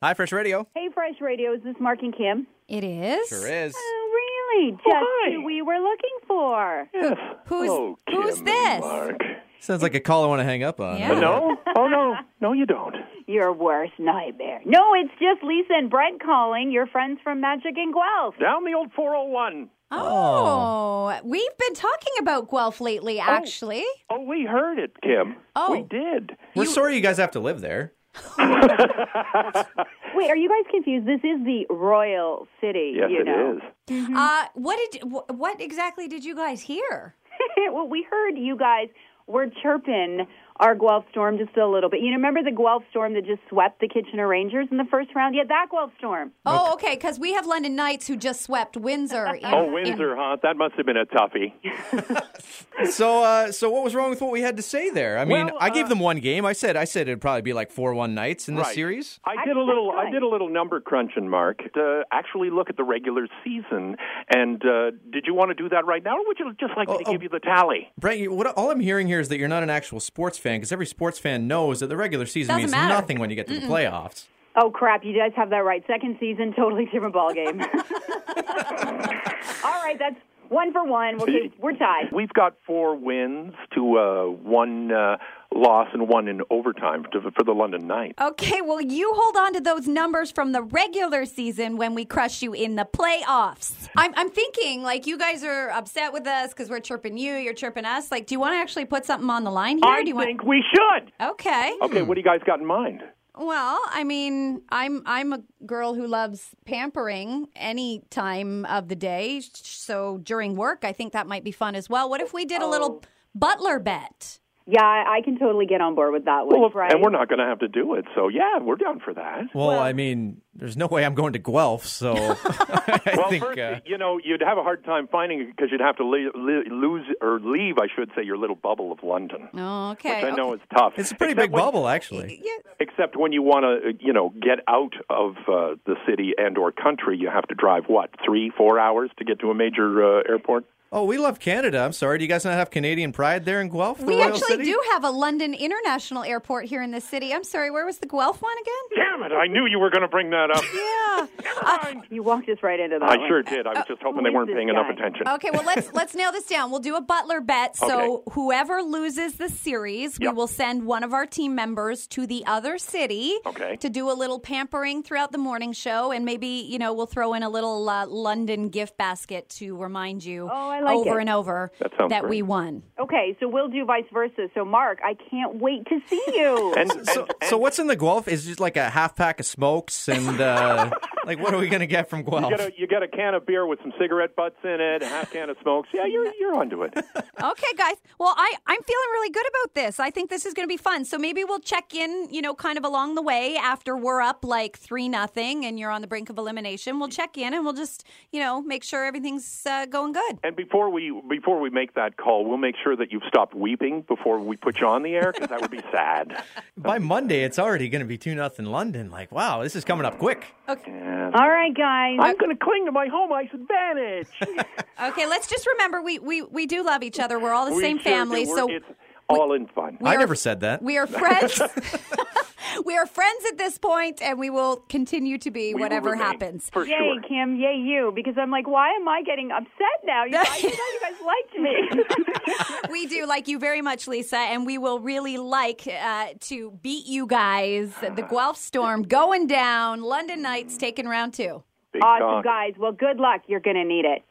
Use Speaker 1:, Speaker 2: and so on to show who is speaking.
Speaker 1: Hi, Fresh Radio.
Speaker 2: Hey, Fresh Radio, is this Mark and Kim?
Speaker 3: It is.
Speaker 1: Sure is.
Speaker 2: Oh, really? Just
Speaker 4: hi.
Speaker 2: who we were looking for.
Speaker 4: Yes.
Speaker 3: Who's-
Speaker 4: Hello, Kim
Speaker 3: who's
Speaker 4: and
Speaker 3: this?
Speaker 4: Mark.
Speaker 1: Sounds like a call I want to hang up on.
Speaker 3: Yeah.
Speaker 4: No? Oh, no. No, you don't.
Speaker 2: Your worst nightmare. No, it's just Lisa and Brent calling. Your friends from Magic and Guelph.
Speaker 4: Down the old 401.
Speaker 3: Oh, we've been talking about Guelph lately, actually.
Speaker 4: Oh, we heard it, Kim.
Speaker 3: Oh.
Speaker 4: We did.
Speaker 1: We're sorry you guys have to live there.
Speaker 2: Wait, are you guys confused? This is the royal city.
Speaker 4: Yes,
Speaker 2: you
Speaker 4: it
Speaker 2: know.
Speaker 4: is.
Speaker 3: Uh, what did wh- what exactly did you guys hear?
Speaker 2: well, we heard you guys were chirping our Guelph storm just a little bit. You remember the Guelph storm that just swept the Kitchener Rangers in the first round? Yeah, that Guelph storm.
Speaker 3: Oh, okay, because we have London Knights who just swept Windsor. in-
Speaker 4: Oh,
Speaker 3: in-
Speaker 4: Windsor, huh? That must have been a toughie.
Speaker 1: So, uh, so what was wrong with what we had to say there? I mean,
Speaker 4: Well,
Speaker 1: I gave
Speaker 4: uh,
Speaker 1: them one game. I said, I said it'd probably be like four-one nights in this
Speaker 4: Right.
Speaker 1: series.
Speaker 4: I did a
Speaker 2: Actually,
Speaker 4: little.
Speaker 2: that's
Speaker 4: I did a little number crunching, Mark, to actually look at the regular season. And uh, did you want to do that right now, or would you just like me to give you the tally?
Speaker 1: Brent, you, what, all I'm hearing here is that you're not an actual sports fan because every sports fan knows that the regular season
Speaker 3: Doesn't
Speaker 1: means
Speaker 3: matter.
Speaker 1: nothing when you get to the playoffs.
Speaker 2: Oh crap! You guys have that right. Second season, totally different ballgame. All right, that's one for one. We'll keep, we're tied.
Speaker 4: We've got four wins to uh, one uh, loss and one in overtime to, for the London Knights.
Speaker 3: Okay, well, you hold on to those numbers from the regular season when we crush you in the playoffs. I'm, I'm thinking, like, you guys are upset with us because we're chirping you, you're chirping us. Like, do you want to actually put something on the line here?
Speaker 4: I
Speaker 3: do you
Speaker 4: think we should.
Speaker 3: want? Okay.
Speaker 1: Hmm.
Speaker 4: Okay, what do you guys got in mind?
Speaker 3: Well, I mean, I'm I'm a girl who loves pampering any time of the day. So during work, I think that might be fun as well. What if we did a little butler bet?
Speaker 2: Yeah, I I can totally get on board with that one.
Speaker 4: Well, if-
Speaker 2: right?
Speaker 4: and we're not going to have to do it. So yeah, we're down for that.
Speaker 1: Well, I mean, there's no way I'm going to Guelph, so I
Speaker 4: Well,
Speaker 1: think.
Speaker 4: first,
Speaker 1: uh,
Speaker 4: you know, you'd have a hard time finding it because you'd have to le- le- lose or leave, I should say, your little bubble of London.
Speaker 3: Oh, okay.
Speaker 4: I know
Speaker 3: okay.
Speaker 4: it's tough.
Speaker 1: it's a pretty
Speaker 4: Except
Speaker 1: big
Speaker 4: when-
Speaker 1: bubble, actually.
Speaker 3: Yeah.
Speaker 4: Except when you want to, you know, get out of uh, the city and or country, you have to drive what three, four hours to get to a major uh, airport.
Speaker 1: Oh, we love Canada. I'm sorry. Do you guys not have Canadian pride there in Guelph? the
Speaker 3: We
Speaker 1: Royal
Speaker 3: actually
Speaker 1: City?
Speaker 3: do have a London International Airport here in this city. I'm sorry, where was the Guelph one again?
Speaker 4: Damn it! I knew you were going to bring that up.
Speaker 3: Yeah.
Speaker 2: You walked us right into that.
Speaker 4: I
Speaker 2: one.
Speaker 4: sure did. I was just hoping
Speaker 2: who
Speaker 4: they
Speaker 2: is
Speaker 4: weren't
Speaker 2: this
Speaker 4: paying
Speaker 2: guy?
Speaker 4: enough
Speaker 2: Oh.
Speaker 4: attention.
Speaker 3: Okay, well let's let's nail this down. We'll do a butler bet. So whoever loses the series, we
Speaker 4: Yep.
Speaker 3: will send one of our team members to the other city
Speaker 4: Okay.
Speaker 3: to do a little pampering throughout the morning show, and maybe you know we'll throw in a little uh, London gift basket to remind you
Speaker 2: Oh, I like
Speaker 3: over
Speaker 2: it.
Speaker 3: and over
Speaker 4: That sounds
Speaker 3: we
Speaker 4: great.
Speaker 3: won.
Speaker 2: Okay, so we'll do vice versa. So Mark, I can't wait to see you.
Speaker 4: And,
Speaker 1: So,
Speaker 4: and-
Speaker 1: so what's in the Guelph is just like a half pack of smokes and uh, like what are we gonna get from Guelph?
Speaker 4: You get, a, you get a can of beer with some cigarette butts in it, a half can of smokes. Yeah, you're you're onto it.
Speaker 3: Okay, guys. Well, I, I'm feeling really good about this. I think this is going to be fun. So maybe we'll check in, you know, kind of along the way after we're up like 3 nothing and you're on the brink of elimination. We'll check in and we'll just, you know, make sure everything's uh, going good.
Speaker 4: And before we before we make that call, we'll make sure that you've stopped weeping before we put you on the air because that would be sad.
Speaker 1: By Monday, it's already gonna be two nothing London. Like wow, this is coming up quick.
Speaker 2: All right, guys.
Speaker 4: I'm going to cling to my home ice advantage.
Speaker 3: Okay, let's just remember we we, we do love each other. We're all the
Speaker 4: We
Speaker 3: same
Speaker 4: sure do.
Speaker 3: family.
Speaker 4: We're-
Speaker 3: So
Speaker 4: it's all in fun.
Speaker 1: I
Speaker 3: are-
Speaker 1: never said that.
Speaker 3: we are friends. we are friends at this point and we will continue to be
Speaker 4: We will
Speaker 3: whatever
Speaker 4: remain,
Speaker 3: happens.
Speaker 4: for
Speaker 2: Yay,
Speaker 4: sure.
Speaker 2: Kim. Yay, you. Because I'm like, why am I getting upset now? You guys, I thought you guys liked me.
Speaker 3: We do like you very much, Lisa, and we will really like uh, to beat you guys. The Guelph Storm going down, London Knights taking round two.
Speaker 4: Big
Speaker 2: awesome,
Speaker 4: talk.
Speaker 2: guys. Well, good luck. You're going to need it.